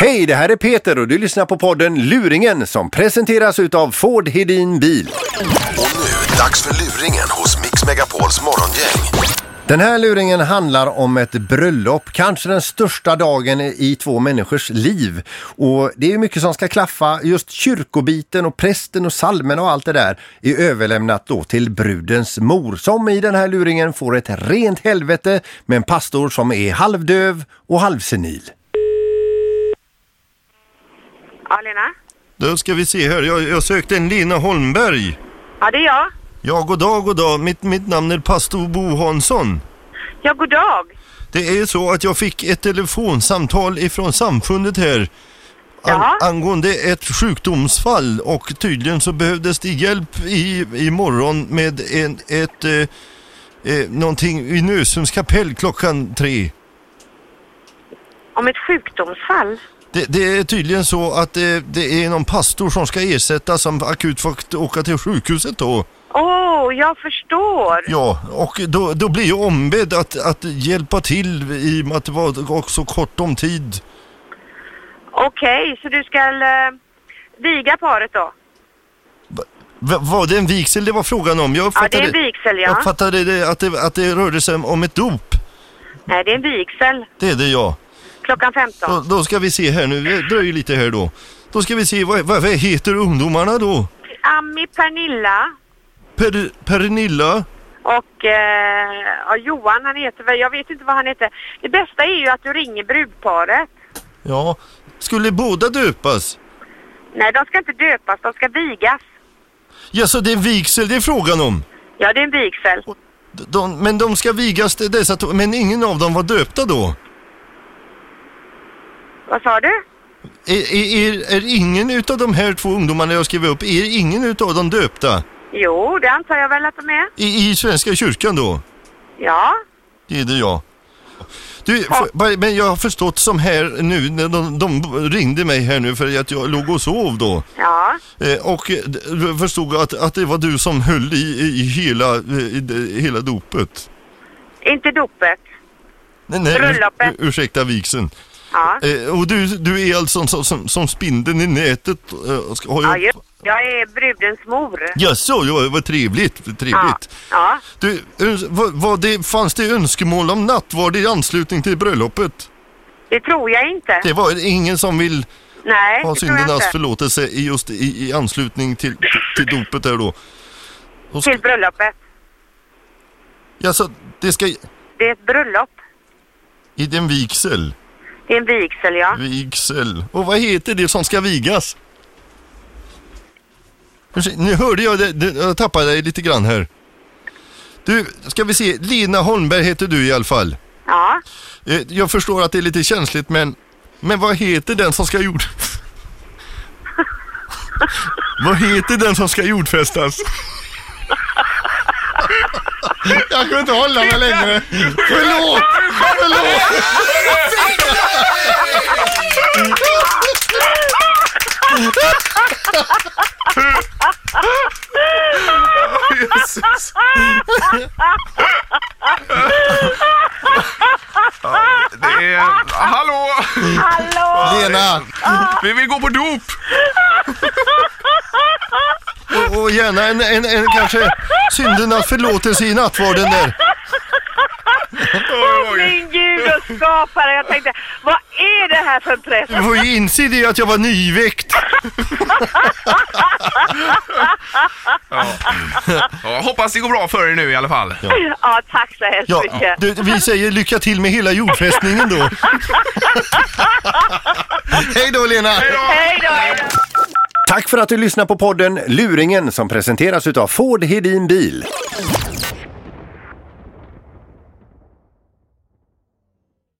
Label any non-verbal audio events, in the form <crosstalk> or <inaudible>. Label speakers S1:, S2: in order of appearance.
S1: Hej, det här är Peter och du lyssnar på podden Luringen som presenteras utav Ford Hedin Bil.
S2: Och nu, dags för luringen hos Mix Megapols morgongäng.
S1: Den här luringen handlar om ett bröllop, kanske den största dagen i två människors liv. Och det är mycket som ska klaffa, just kyrkobiten och prästen och salmen och allt det där är överlämnat då till brudens mor som i den här luringen får ett rent helvete med en pastor som är halvdöv och halvsenil.
S3: Ja, Lena?
S4: Då ska vi se här. Jag, jag sökte en Lina Holmberg.
S3: Ja, det är jag.
S4: Ja, god dag, god dag. Mitt, mitt namn är pastor Bo Hansson.
S3: Ja, god dag.
S4: Det är så att jag fick ett telefonsamtal ifrån samfundet här
S3: Jaha.
S4: angående ett sjukdomsfall och tydligen så behövdes det hjälp i, imorgon med en, ett eh, eh, någonting i Nösums kapell klockan tre.
S3: Om ett sjukdomsfall?
S4: Det, det är tydligen så att det, det är någon pastor som ska ersättas som akut får åka till sjukhuset då.
S3: Åh, oh, jag förstår.
S4: Ja, och då, då blir jag ombedd att, att hjälpa till i och med att det var också kort om tid.
S3: Okej, så du ska eh, viga paret då?
S4: Va, var det en vigsel det var frågan om? Jag
S3: Ja,
S4: uppfattade,
S3: det är en vigsel,
S4: Jag
S3: ja.
S4: uppfattade det, att, det, att det rörde sig om ett dop.
S3: Nej, det är en vigsel.
S4: Det är det ja.
S3: Klockan 15.
S4: Då, då ska vi se här nu, det dröjer lite här då. Då ska vi se, vad, vad, vad heter ungdomarna då?
S3: Ami, Pernilla
S4: Per, Pernilla?
S3: och eh, ja, Johan, han heter väl, jag vet inte vad han heter. Det bästa är ju att du ringer brudparet.
S4: Ja. Skulle båda döpas?
S3: Nej, de ska inte döpas, de ska vigas.
S4: Ja, så det är vigsel det är frågan om?
S3: Ja, det är en vigsel.
S4: De, men de ska vigas till dessa to- men ingen av dem var döpta då?
S3: Vad sa du?
S4: Är, är, är, är ingen utav de här två ungdomarna jag skrev upp, är ingen utav dem döpta?
S3: Jo, det antar jag väl att de är.
S4: I, i Svenska kyrkan då?
S3: Ja.
S4: Det är det jag. Du, för, bara- men jag har förstått som här nu, när de, de ringde mig här nu för att jag låg och sov då.
S3: Ja.
S4: Eh, och eh, jag förstod att, att det var du som höll i, i, i hela, eh, i, det- hela dopet.
S3: Inte dopet.
S4: Nej, nej,
S3: Bröllopet.
S4: ur, ursäkta vigseln.
S3: Ja.
S4: Eh, och du, du är alltså som, som, som spindeln i nätet. Eh, ska- har
S3: Ja,
S4: jag...
S3: just. Jag är brudens mor.
S4: Jaså, ja, vad trevligt. Vad
S3: Ja.
S4: trevligt.
S3: ja.
S4: Du, öns- vad, vad det, fanns det önskemål om nattvard i anslutning till bröllopet?
S3: Det tror jag inte.
S4: Det var ingen som vill
S3: Nej,
S4: ha
S3: det tror jag
S4: syndernas
S3: inte.
S4: förlåtelse i just i, i anslutning till, till dopet där då. då ska,
S3: Till bröllopet.
S4: alltså, det ska...
S3: Det är ett bröllop.
S4: I den vigsel.
S3: Det är en vigsel, ja.
S4: Vigsel. Och vad heter det som ska vigas? Ursäkta, Nu hörde jag det, det, jag tappade dig lite grann här. Du, ska vi se, Lina Holmberg heter du i alla fall.
S3: Ja.
S4: Eh, Jag förstår att det är lite känsligt men, men vad heter den som ska jord... vad heter den som ska jordfästas? Jag kunde inte hålla mig längre. Förlåt! Förlåt!
S2: Jesus.
S5: Det är... Hallå!
S3: Hallå!
S4: Lena,
S5: Vi vill gå på dop!
S4: och, och gärna en, en, en kanske syndernas förlåtelse i nattvarden där.
S5: Oj, oj.
S3: Min gud och skapare! Jag tänkte, vad är det här för en press?
S4: Du får ju inse det att jag var nyväckt.
S5: Ja, hoppas det går bra för er nu i alla fall.
S3: Ja, tack så hemskt
S4: Ja,
S3: mycket.
S4: du, vi säger lycka till med hela
S3: <laughs>
S4: jordfästningen då. Hej då Lena!
S3: Hej då! Hej då.
S1: Tack för att du lyssnar på podden Luringen som presenteras utav Ford Hedin Bil.